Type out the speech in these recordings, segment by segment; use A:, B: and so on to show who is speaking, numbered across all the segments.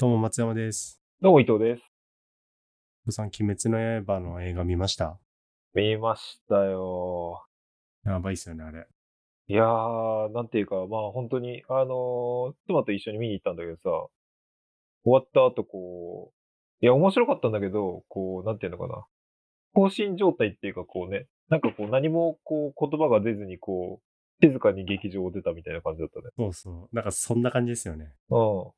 A: どうも松山です。
B: どうも伊藤です。
A: お父さん、鬼滅の刃の映画見ました
B: 見ましたよ。
A: やばいっすよね、あれ。
B: いやー、なんていうか、まあ本当に、あのー妻と一緒に見に行ったんだけどさ、終わった後こう、いや、面白かったんだけど、こう、なんていうのかな。放心状態っていうかこうね、なんかこう何もこう言葉が出ずにこう、静かに劇場を出たみたいな感じだったね。
A: そうそう。なんかそんな感じですよね。
B: う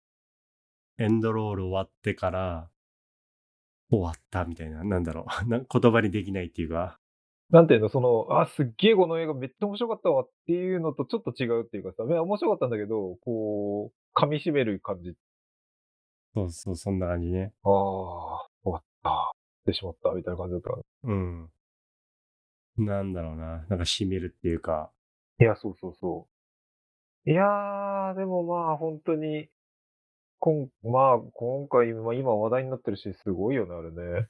B: ん。
A: エンドロール終わってから、終わったみたいな、なんだろう。 な言葉にできないっていうか。
B: なんていうの、その、あ、すっげえこの映画めっちゃ面白かったわっていうのとちょっと違うっていうかさ、いや面白かったんだけど、こう、噛み締める感じ
A: そうそう、そんな感じね。
B: ああ、終わった。してしまった、みたいな感じだったかな。
A: うん。なんだろうな。なんか染みるっていうか。
B: いや、そうそうそう。いやー、でもまあ、本当に、こんまあ、今回、まあ、今話題になってるし、すごいよね、あれね。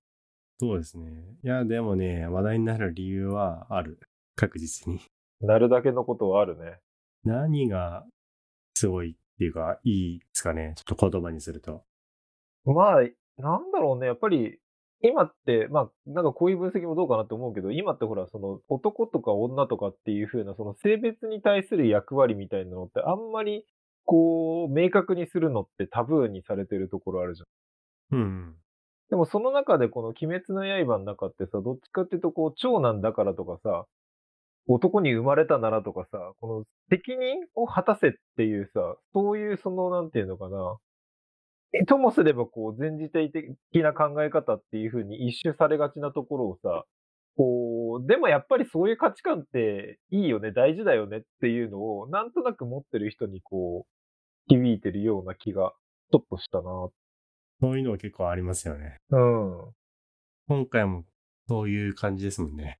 A: そうですね。いや、でもね、話題になる理由はある。確実に。
B: なるだけのことはあるね。
A: 何がすごいっていうか、いいですかね。ちょっと言葉にすると。
B: まあ、なんだろうね、やっぱり、今って、まあ、なんかこういう分析もどうかなって思うけど、今ってほら、その男とか女とかっていう風な、その性別に対する役割みたいなのって、あんまり、こう、明確にするのってタブーにされてるところあるじゃん。
A: うん。
B: でもその中でこの鬼滅の刃の中ってさ、どっちかっていうとこう、長男だからとかさ、男に生まれたならとかさ、この責任を果たせっていうさ、そういうその、なんていうのかな。えともすればこう、全時代的な考え方っていう風に一周されがちなところをさ、こう、でもやっぱりそういう価値観っていいよね、大事だよねっていうのを、なんとなく持ってる人にこう、響いてるような気が、ちょっとしたな。
A: そういうのは結構ありますよね。
B: うん。
A: 今回もそういう感じですもんね。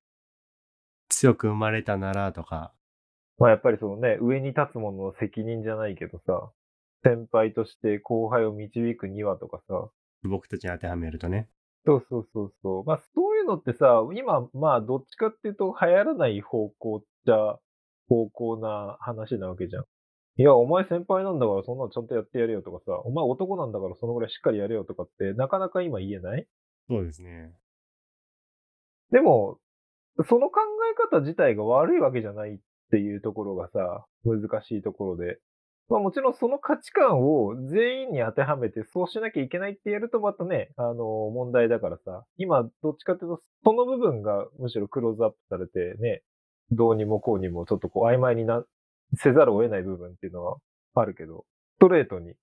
A: 強く生まれたならとか、
B: まあやっぱりそのね、上に立つ者の責任じゃないけどさ、先輩として後輩を導くにはとかさ、
A: 僕たちに当てはめるとね。
B: そうそうそうそう。まあそういうのってさ、今、まあどっちかっていうと流行らない方向っちゃ方向な話なわけじゃん。いや、お前先輩なんだからそんなのちゃんとやってやれよとかさ、お前男なんだからそのぐらいしっかりやれよとかってなかなか今言えない
A: そうですね。
B: でも、その考え方自体が悪いわけじゃないっていうところがさ、難しいところで。まあもちろんその価値観を全員に当てはめてそうしなきゃいけないってやるとまたね、あの問題だからさ、今どっちかっていうとその部分がむしろクローズアップされてね、どうにもこうにもちょっとこう曖昧にな、せざるを得ない部分っていうのはあるけど、ストレートに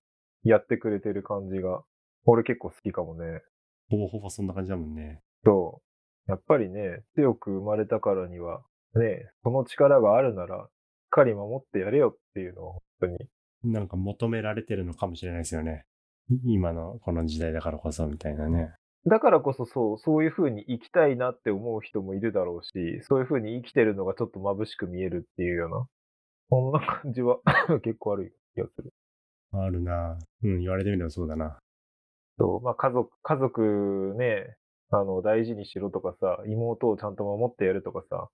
B: やってくれてる感じが、俺結構好きかもね。
A: ほぼほぼそんな感じだもんね。
B: そう。やっぱりね、強く生まれたからには、ね、その力があるなら、しっかり守ってやれよっていうのを、本当に。
A: なんか求められてるのかもしれないですよね。今のこの時代だからこそみたいなね。
B: だからこそそう、そういう風に生きたいなって思う人もいるだろうし、そういう風に生きてるのがちょっと眩しく見えるっていうような、そんな感じは 結構ある気がする。
A: あるなうん、言われてみればそうだな。
B: そう、まあ家族、家族ね、あの、大事にしろとかさ、妹をちゃんと守ってやるとかさ、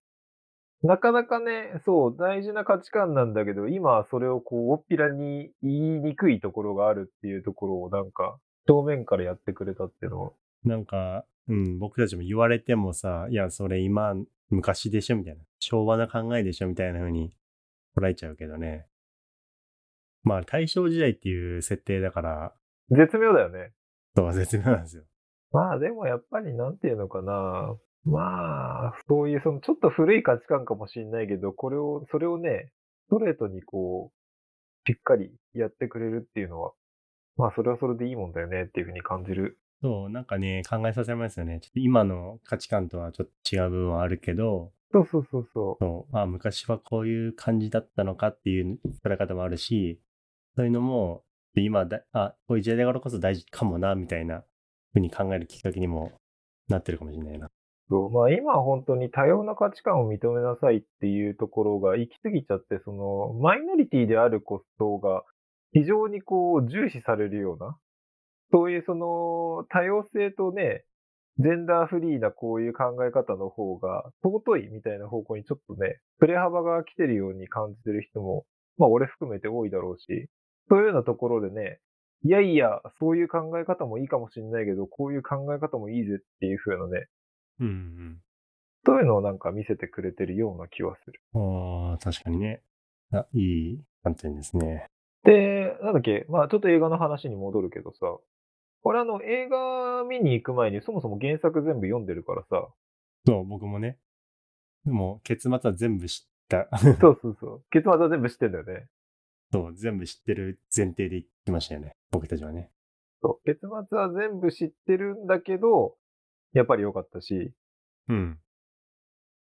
B: なかなかね、そう、大事な価値観なんだけど、今はそれをこう、おっぴらに言いにくいところがあるっていうところをなんか、正面からやってくれたっていうのは、
A: なんか、うん、僕たちも言われてもさ、いや、それ今、昔でしょみたいな。昭和な考えでしょみたいな風に捉えちゃうけどね。まあ、大正時代っていう設定だから、
B: 絶妙だよね。
A: そう絶妙なんですよ。
B: まあでもやっぱりなんていうのかな。まあ、そういうそのちょっと古い価値観かもしれないけど、これを、それをね、ストレートにこう、しっかりやってくれるっていうのは、まあそれはそれでいいもんだよねっていうふうに感じる。
A: そう、なんかね、考えさせますよね。ちょっと今の価値観とはちょっと違う部分はあるけど、
B: そうそうそうそ
A: そう、あ、昔はこういう感じだったのかっていう捉え方もあるし、そういうのも、で今だ、あ、こういう時代だからこそ大事かもな、みたいなふうに考えるきっかけにもなってるかもしれないな。
B: う。そうまあ今は本当に多様な価値観を認めなさいっていうところが行き過ぎちゃって、そのマイノリティであることが非常にこう重視されるような、そういうその多様性とね、ジェンダーフリーなこういう考え方の方が尊いみたいな方向にちょっとね、振れ幅が来てるように感じてる人も、まあ俺含めて多いだろうし、そういうようなところでね、いやいや、そういう考え方もいいかもしれないけど、こういう考え方もいいぜっていう風なね、
A: うん
B: そういうのをなんか見せてくれてるような気はする。
A: うん。ああ、確かにね。あ、いい観点ですね。
B: で、なんだっけ、まあちょっと映画の話に戻るけどさ、これあの映画見に行く前にそもそも原作全部読んでるからさ、
A: そう、僕もね。でも、結末は全部知った。
B: そうそうそう、結末は全部知ってんだよね。
A: そう、全部知ってる前提で行きましたよね。僕たちはね。
B: そう、結末は全部知ってるんだけど、やっぱり良かったし、
A: うん。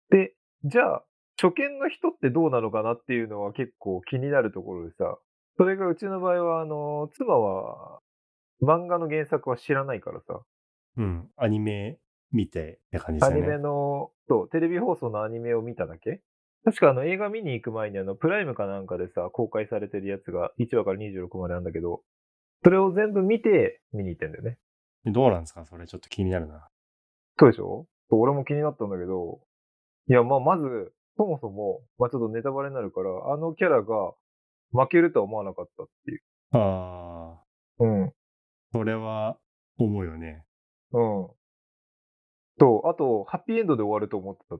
B: で、じゃあ、初見の人ってどうなのかなっていうのは結構気になるところでさ、それがうちの場合は、あの、妻は漫画の原作は知らないからさ、
A: うん。アニメ見てって感じで
B: ア
A: すよ
B: ニ
A: ね。
B: メの、そう、テレビ放送のアニメを見ただけ確かあの映画見に行く前にあの、プライムかなんかでさ、公開されてるやつが1話から26までなんだけど、それを全部見て見に行ってんだよね。
A: どうなんですかそれちょっと気になるな。
B: そうでしょそう俺も気になったんだけど、いや、まあ、まず、そもそも、まあ、ちょっとネタバレになるから、あのキャラが負けるとは思わなかったっていう。
A: ああ、それは思うよね。
B: うん。うん。と、あと、ハッピーエンドで終わると思ってた。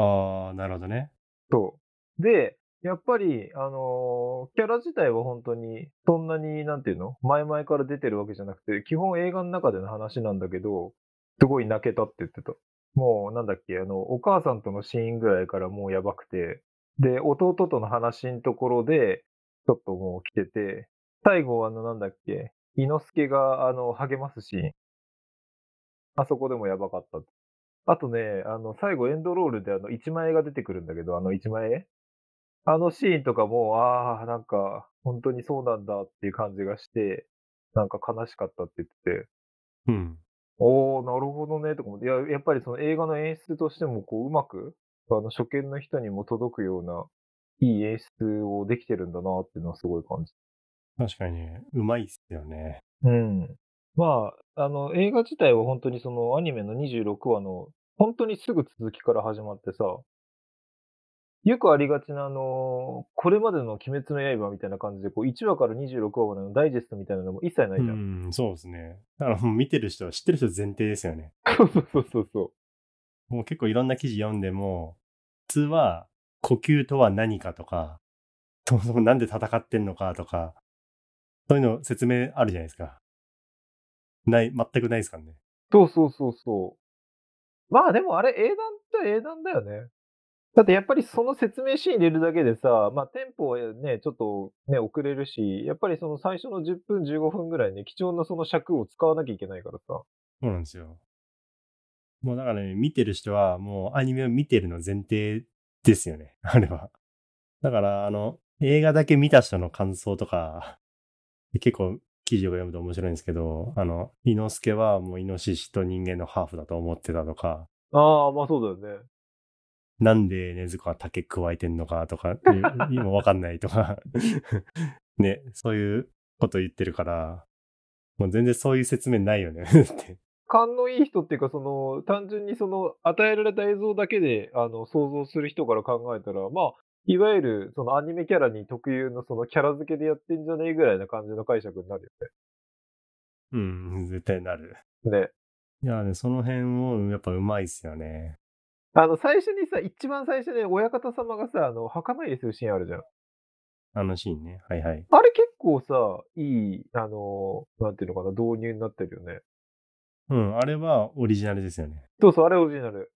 A: ああ、なるほどね。
B: そう。で、やっぱり、あのーキャラ自体は本当に、そんなに、なんていうの前々から出てるわけじゃなくて、基本映画の中での話なんだけど、すごい泣けたって言ってた。もう、なんだっけ、あの、お母さんとのシーンぐらいからもうやばくて、で、弟との話のところで、ちょっともう来てて、最後、あの、なんだっけ、猪之助が、あの、励ますシーン。あそこでもやばかったって。あとね、あの、最後エンドロールであの、一枚絵が出てくるんだけど、あの一枚絵あのシーンとかも、ああ、なんか、本当にそうなんだっていう感じがして、なんか悲しかったって言ってて、
A: うん。
B: おー、なるほどね、とか思って、いや、やっぱりその映画の演出としても、こう、うまく、あの、初見の人にも届くような、いい演出をできてるんだなっていうのはすごい感じ。
A: 確かにね、うまいっすよね。
B: うん。まあ、あの、映画自体は本当にそのアニメの26話の、本当にすぐ続きから始まってさ、よくありがちな、あの、これまでの鬼滅の刃みたいな感じで、こう、1話から26話までのダイジェストみたいなのも一切ないうじゃん。
A: ん、そうですね。だからもう見てる人は知ってる人前提ですよね。
B: そうそうそうそうそう。
A: もう結構いろんな記事読んでも、普通は呼吸とは何かとか、そもそもなんで戦ってんのかとか、そういうの説明あるじゃないですか。ない、全くないですからね。
B: そうそうそうそう。まあでもあれ英断って英断だよね。だってやっぱりその説明シーン入れるだけでさ、まあテンポはね、ちょっとね、遅れるし、やっぱりその最初の10分15分ぐらいね、貴重なその尺を使わなきゃいけないからさ。
A: そうなんですよ。もうだからね、見てる人はもうアニメを見てるの前提ですよね。 あれは。だから、あの、映画だけ見た人の感想とか、結構記事を読むと面白いんですけど、あの、伊之助はもうイノシシと人間のハーフだと思ってたとか、
B: ああ、まあそうだよね。
A: なんで禰豆子は竹加えてんのかとか、い今わかんないとか、 ね、そういうこと言ってるから、もう全然そういう説明ないよね って。
B: 勘のいい人っていうか、その、単純にその、与えられた映像だけで、あの、想像する人から考えたら、まあ、いわゆる、そのアニメキャラに特有のそのキャラ付けでやってんじゃねえぐらいな感じの解釈になる
A: うん、絶対なる。
B: よね。ね。
A: いやね、その辺をやっぱうまいっすよね。
B: あの、最初にさ、一番最初に親方様がさ、あの、墓参りするシーンあるじゃん。
A: あのシーンね。はいはい。
B: あれ結構さ、いい、あの、なんていうのかな、導入になってるよね。
A: うん、あれはオリジナルですよね。
B: そうそう、あれオリジナル。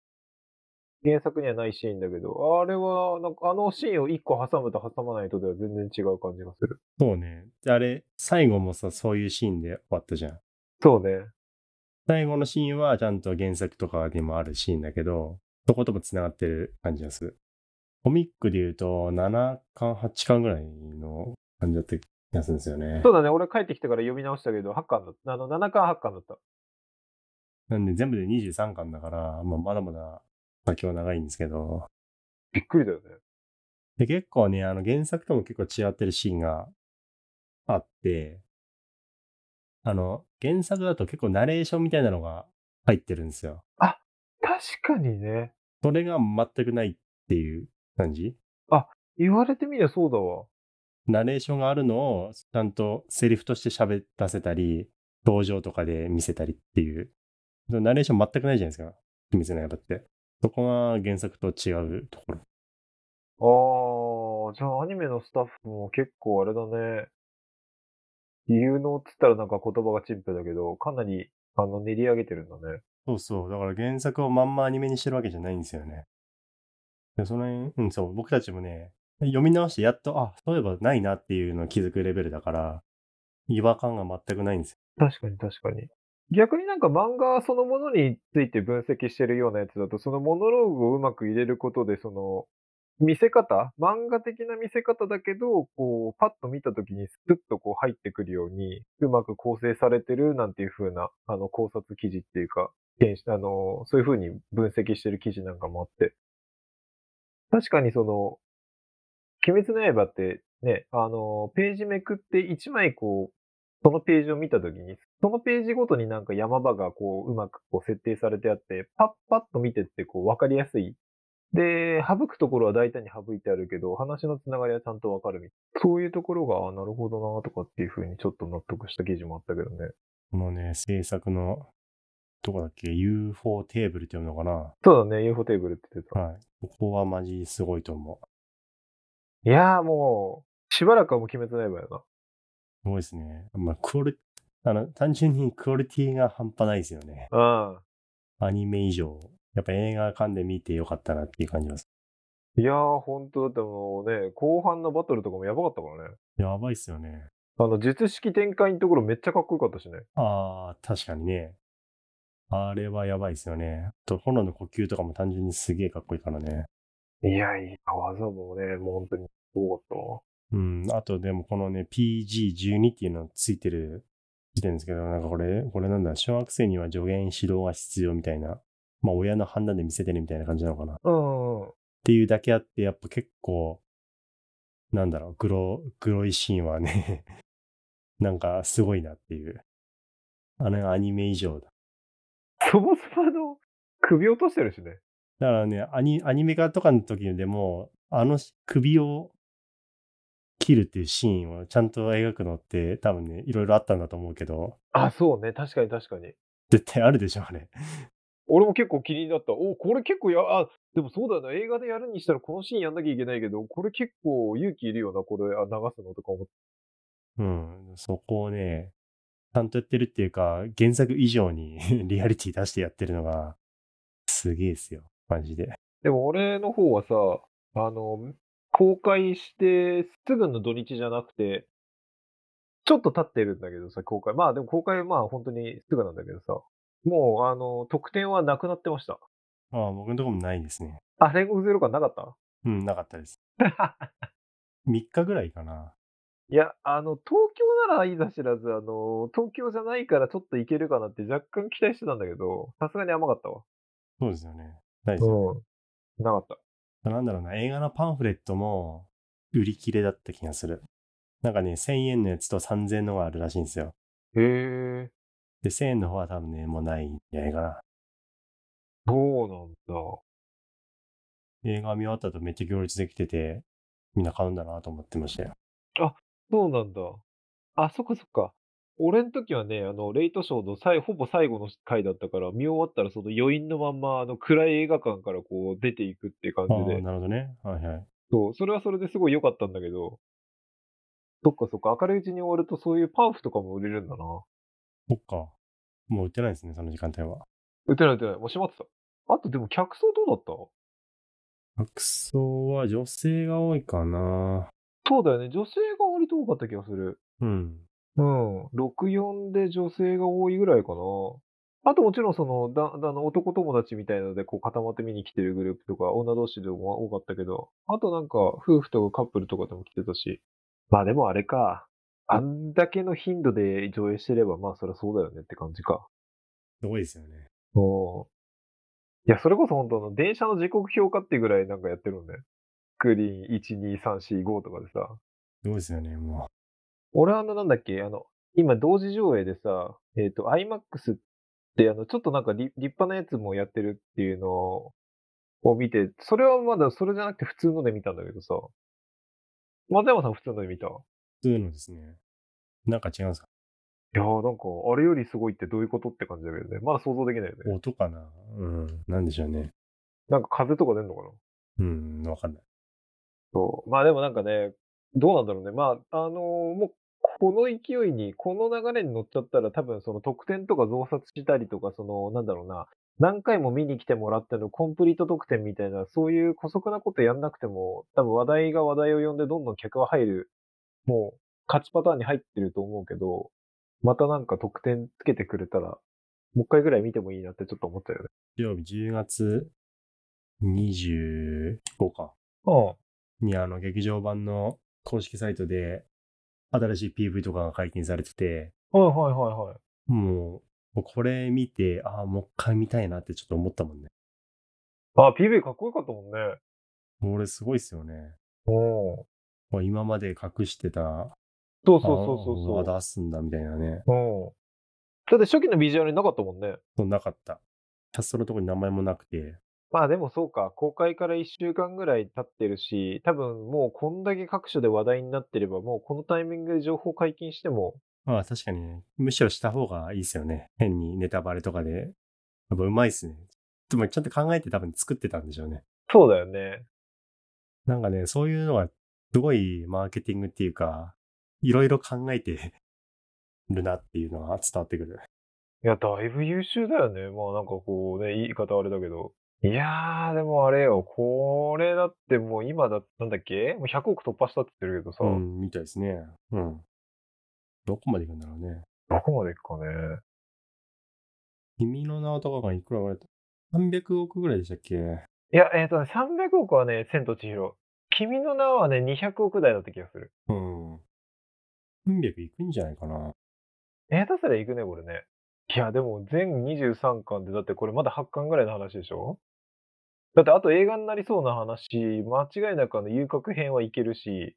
B: 原作にはないシーンだけど、あれは、なんかあのシーンを一個挟むと挟まないとでは全然違う感じがする。
A: そうね。で、あれ、最後もさ、そういうシーンで終わったじゃん。
B: そうね。
A: 最後のシーンはちゃんと原作とかにもあるシーンだけど、そことも繋がってる感じがする。コミックで言うと、7巻、8巻ぐらいの感じだった気がするんですよね
B: そ。うだね、俺帰ってきてから読み直したけど、8巻だった。あの、7巻8巻だった。
A: なんで全部で23巻だから、まあ、まだまだ先は長いんですけど、
B: びっくりだよね。
A: で、結構ね、あの原作とも結構違ってるシーンがあって、あの、原作だと結構ナレーションみたいなのが入ってるんですよ。
B: 確かにね。
A: それが全くないっていう感じ
B: 言われてみりゃそうだわ。
A: ナレーションがあるのを、ちゃんとセリフとして喋らせたり、表情とかで見せたりっていう。ナレーション全くないじゃないですか。秘密の刃って。そこが原作と違うところ。
B: ああ、じゃあアニメのスタッフも結構あれだね。有能っつったらなんか言葉がチンプだけど、かなりあの練り上げてるんだね。
A: そうそう。だから原作をまんまアニメにしてるわけじゃないんですよね。でその辺、うん、そう。僕たちもね、読み直してやっと、あ、そういえばないなっていうのを気づくレベルだから、違和感が全くないんですよ。
B: 確かに確かに。逆になんか漫画そのものについて分析してるようなやつだと、そのモノローグをうまく入れることで、その、見せ方漫画的な見せ方だけど、こう、パッと見た時にスッとこう入ってくるように、うまく構成されてるなんていう風な、あの、考察記事っていうか、検証あの、そういう風に分析してる記事なんかもあって。確かにその、鬼滅の刃ってね、あの、ページめくって1枚こう、そのページを見たときに、そのページごとになんか山場がこう、うまくこう設定されてあって、パッパッと見てってこう、わかりやすい。で、省くところは大体に省いてあるけど、話のつながりはちゃんとわかるみたいな。そういうところが、あなるほどなとかっていうふうにちょっと納得した記事もあったけどね。
A: このね、制作の、どこだっけ ?U4 テーブルって読むのかな
B: そうだね、UFO テーブルって言ってた。
A: はい。ここはマジすごいと思う。
B: いやーもう、しばらくはもう鬼滅の刃やな。
A: すごいですね。まあ、クオリ、あの、単純にクオリティが半端ないですよね。
B: うん。
A: アニメ以上。やっぱ映画館で見てよかったなっていう感じです。
B: いやー、ほんとだってもうね、後半のバトルとかもやばかったからね。
A: やばいっすよね。
B: あの、術式展開のところめっちゃかっこよかったしね。
A: ああ、確かにね。あれはやばいっすよね。あと、炎の呼吸とかも単純にすげえかっこいいからね。
B: いやいや、技もね、もう本当にすごかったわ。
A: うん。あと、でもこのね、PG12 っていうのついてる時点ですけど、なんかこれ、これなんだ、小学生には助言指導が必要みたいな。まあ、親の判断で見せてねみたいな感じなのかな。
B: うんうん。
A: っていうだけあって、やっぱ結構、なんだろう、グロ、グロいシーンはね、 なんかすごいなっていう。あのアニメ以上だ。
B: そもそもあの、首落としてるしね。
A: だからね、アニアニメ化とかの時でも、あの首を切るっていうシーンをちゃんと描くのって多分ね、いろいろあったんだと思うけど、
B: あ、そうね。確かに確かに。
A: 絶対あるでしょ、あれ。
B: 俺も結構気になった。お、これ結構や、あ、でもそうだよな。映画でやるにしたらこのシーンやんなきゃいけないけど、これ結構勇気いるよな。これ、あ、流すのとか思って。
A: うん。そこをね、ちゃんとやってるっていうか、原作以上に リアリティ出してやってるのが、すげえですよ。マジで。
B: でも俺の方はさ、あの、公開してすぐの土日じゃなくて、ちょっと経ってるんだけどさ、公開。まあでも公開、まあ本当にすぐなんだけどさ、もうあの、特典はなくなってました。
A: ああ、僕のとこもないですね。
B: あ、煉獄ゼロ感なかった
A: うん、なかったです。3日ぐらいかな。
B: いや、あの、東京ならいいざ知らず、あの、東京じゃないからちょっと行けるかなって若干期待してたんだけど、さすがに甘かったわ。
A: そうですよね。ないですよ、
B: ん。なかった。
A: ね。なんだろうな、映画のパンフレットも売り切れだった気がする。なんかね、1000円のやつと3000円のがあるらしいんですよ。
B: へえ、
A: で、1000円の方は多分ね、もうないんじゃないかな。
B: そうなんだ。
A: 映画見終わった後めっちゃ行列できてて、みんな買うんだなと思ってましたよ。
B: そうなんだ。あ、そっかそっか。俺の時はね、あの、レイトショーの最、ほぼ最後の回だったから、見終わったらその余韻のまんま、あの、暗い映画館からこう出ていくって感
A: あ
B: じ
A: あ、
B: で。
A: なるほどね。はいはい。
B: そう、それはそれですごい良かったんだけど、そっかそっか、明るいうちに終わるとそういうパンフとかも売れるんだな。
A: そっか。もう売ってないですね、その時間帯は。
B: 売ってない売ってない、もう閉まってた。あとでも客層どうだった
A: 白装は女性が多いかな。
B: そうだよね、女性が割と多かった気がする。
A: うん。
B: うん。64で女性が多いぐらいかな。あともちろんその、だ、だの男友達みたいのでこう固まって見に来てるグループとか、女同士でも多かったけど、あとなんか夫婦とかカップルとかでも来てたし。まあでもあれか。あんだけの頻度で上映してれば、まあそりゃそうだよねって感じか。
A: すごいですよね。
B: うん。いや、それこそ本当あの電車の時刻表かっていうぐらいなんかやってるんだよ。スクリーン1、2、3、4、5とかでさ。
A: すごいですよね、も
B: 俺はあの、なんだっけ、あの、今同時上映でさ、えっ、と、IMAX って、あの、ちょっとなんか立立派なやつもやってるっていうのを見て、それはまだそれじゃなくて普通ので見たんだけどさ、松山さん普通ので見たい
A: 普通のですね。なんか違うんですか
B: やーなんか、あれよりすごいってどういうことって感じだけどね。まだ想像できないよね。
A: 音かなうん。なんでしょうね。
B: なんか風とか出んのかな
A: うん、わかんない。
B: そう。まあでもなんかね、どうなんだろうね。まあ、あのーもう、この勢いに、この流れに乗っちゃったら、多分その得点とか増刷したりとか、その、なんだろうな、何回も見に来てもらってのコンプリート得点みたいな、そういう姑息なことやんなくても、多分話題が話題を呼んでどんどん客は入る、もう、勝ちパターンに入ってると思うけど、またなんか得点つけてくれたら、もう一回ぐらい見てもいいなってちょっと思ったよね。
A: 日曜日10月25か。
B: うん。
A: にあの劇場版の公式サイトで新しい PV とかが解禁されてて、
B: はいはいはいはい。
A: もうもうこれ見て、ああ、もう一回見たいなってちょっと思ったもんね。
B: あ、PV かっこよかったもんね。
A: これすごいっすよね。
B: うん。
A: もう今まで隠してた、
B: そうそうそうそうそう。
A: ああ出すんだみたいなね。
B: うん。だって初期のビジュアルになかったもんね。
A: そうなかった。キャストのとこに名前もなくて、
B: まあでもそうか、公開から1週間ぐらい経ってるし、多分もうこんだけ各所で話題になってれば、もうこのタイミングで情報解禁しても、
A: まあ確かにね、むしろした方がいいですよね。変にネタバレとかで。やっぱうまいっすね。でもちゃんと考えて多分作ってたんでしょうね。
B: そうだよね。
A: なんかね、そういうのがすごいマーケティングっていうか、いろいろ考えて るなっていうのが伝わってくる。
B: いや、だいぶ優秀だよね。まあなんかこうね、言い方あれだけど。いやー、でもあれよ、これだってもう今だ、なんだっけもう100億突破したって言ってるけどさ、
A: うん、みたいですね。うん。どこまで行くんだろうね。
B: どこまでいくかね。
A: 君の名はとかがいくら割れた ?300 億ぐらいでしたっけ
B: いや、えっ、とね、300億はね、千と千尋。君の名はね、200億台だった気がする。
A: うん。300いくんじゃないかな。
B: 下手すりゃ行くね、これね。いや、でも全23巻で、だってこれまだ8巻ぐらいの話でしょだってあと映画になりそうな話、間違いなくあの遊郭編はいけるし、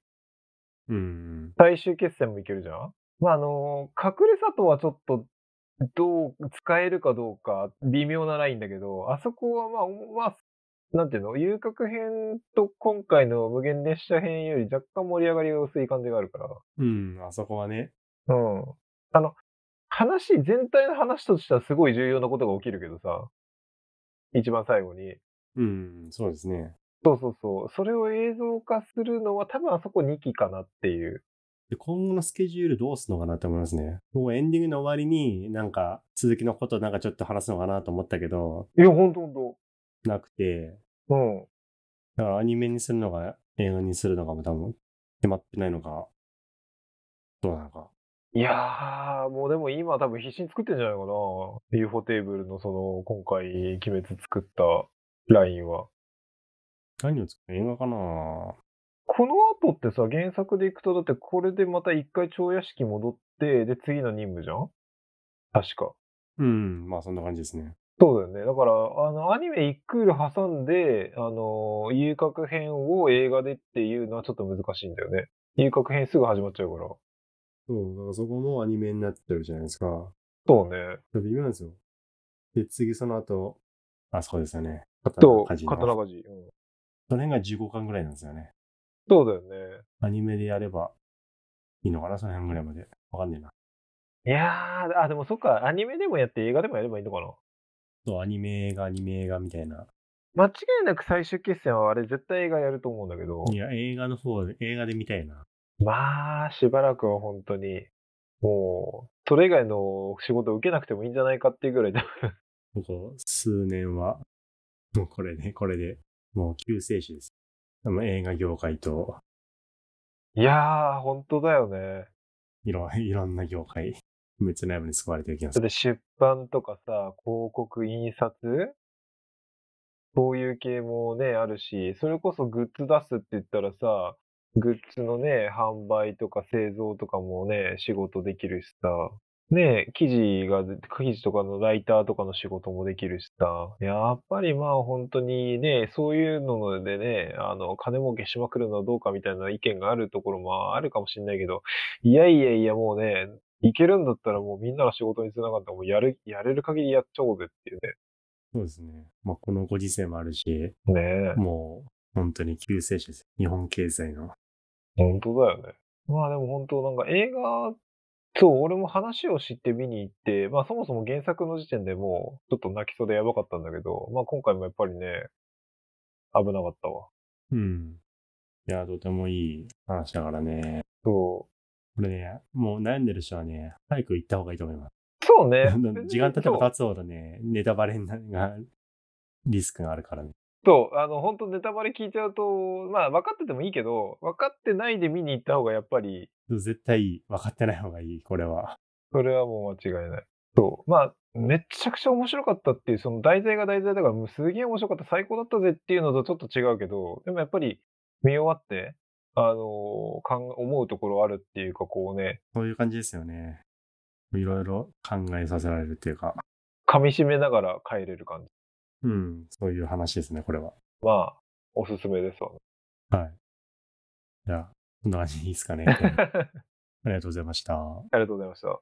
A: うん。
B: 最終決戦もいけるじゃんまあ、あのー隠れ里はちょっと、どう、使えるかどうか、微妙なラインだけど、あそこはまあ、おまあ、なんていうの遊郭編と今回の無限列車編より若干盛り上がりが薄い感じがあるから。
A: うん、あそこはね。
B: うん。あの、話、全体の話としてはすごい重要なことが起きるけどさ、一番最後に。
A: うん、そうですね。
B: そうそうそう。それを映像化するのは多分あそこ2期かなっていう。
A: で今後のスケジュールどうすんのかなって思いますね。もうエンディングの終わりになんか続きのことなんかちょっと話すのかなと思ったけど、
B: いや、ほんとほんと。
A: なくて、
B: うん。
A: だからアニメにするのか映画にするのかも多分決まってないのか、どうなのか。
B: いやー、もうでも今多分必死に作ってんじゃないかな。UFO テーブルのその、今回、鬼滅作ったラインは。
A: 何を作る映画かな
B: この後ってさ、原作でいくと、だってこれでまた一回蝶屋敷戻って、で次の任務じゃん確か。
A: うん、まあそんな感じですね。
B: そうだよね。だから、あの、アニメ一クール挟んで、あの、遊郭編を映画でっていうのはちょっと難しいんだよね。遊郭編すぐ始まっちゃうから。
A: そう、だからそこもアニメになっちゃうじゃないですか。
B: そうね。
A: 微妙なんですよ。で、次その後、あそこですよね。
B: と、
A: 鍛冶の
B: 刀鍛冶。うん。
A: その辺が15巻ぐらいなんですよね。
B: そうだよね。
A: アニメでやればいいのかな、その辺ぐらいまで。わかんねえな。
B: いやー、あ、でもそっか、アニメでもやって映画でもやればいいのかな。
A: そう、アニメ映画、アニメ映画みたいな。
B: 間違いなく最終決戦はあれ絶対映画やると思うんだけど、
A: いや、映画の方、映画で見たいな。
B: まあ、しばらくは本当に、もう、それ以外の仕事受けなくてもいいんじゃないかっていうぐらいだ。
A: ここ数年は、もうこれね、これで、もう救世主です。でも映画業界と、
B: いやー、本当だよね。
A: いろ、いろんな業界、鬼滅の刃に救われてる気がす
B: だっ
A: る。
B: て出版とかさ、広告、印刷そういう系もね、あるし、それこそグッズ出すって言ったらさ、グッズのね、販売とか製造とかもね、仕事できるしさ、ね、記事が、記事とかのライターとかの仕事もできるしさ、やっぱりまあ本当にね、そういうのでね、あの、金儲けしまくるのはどうかみたいな意見があるところもあるかもしれないけど、いやいやいやもうね、いけるんだったらもうみんなの仕事につながったらもうやる、やれる限りやっちゃおうぜっていう
A: そうですね。まあ、このご時世もあるし、
B: ね。ね
A: もう、本当に救世主です。日本経済の。
B: 本当だよね。まあでも本当なんか映画、そう、俺も話を知って見に行って、まあそもそも原作の時点でもうちょっと泣きそうでやばかったんだけど、まあ今回もやっぱりね、危なかったわ。
A: うん。いや、とてもいい話だからね。
B: そ
A: これね、もう悩んでる人はね、早く行った方がいいと思います。。
B: う。そうね
A: 時間経てば
B: そ
A: 経
B: う
A: つほどね、ネタバレになが、リスクがあるからね。
B: そう、あの、本当ネタバレ聞いちゃうと、まあ分かっててもいいけど、分かってないで見に行った方がやっぱり
A: 絶対いい分かってない方がいい、これは。
B: それはもう間違いない。そう。まあ、めっちゃくちゃ面白かったっていう、その題材が題材だから、もうすげえ面白かった、最高だったぜっていうのとちょっと違うけど、でもやっぱり見終わって、あのーかん思うところあるっていうか、こうね、
A: そういう感じですよね。いろいろ考えさせられるっていうか、
B: 噛み締めながら帰れる感じ。
A: うん、そういう話ですね、これは。
B: まあ、おすすめですわ、ね。
A: はい。じゃあ、こんな感じでいいですかね。ありがとうございました。
B: ありがとうございました。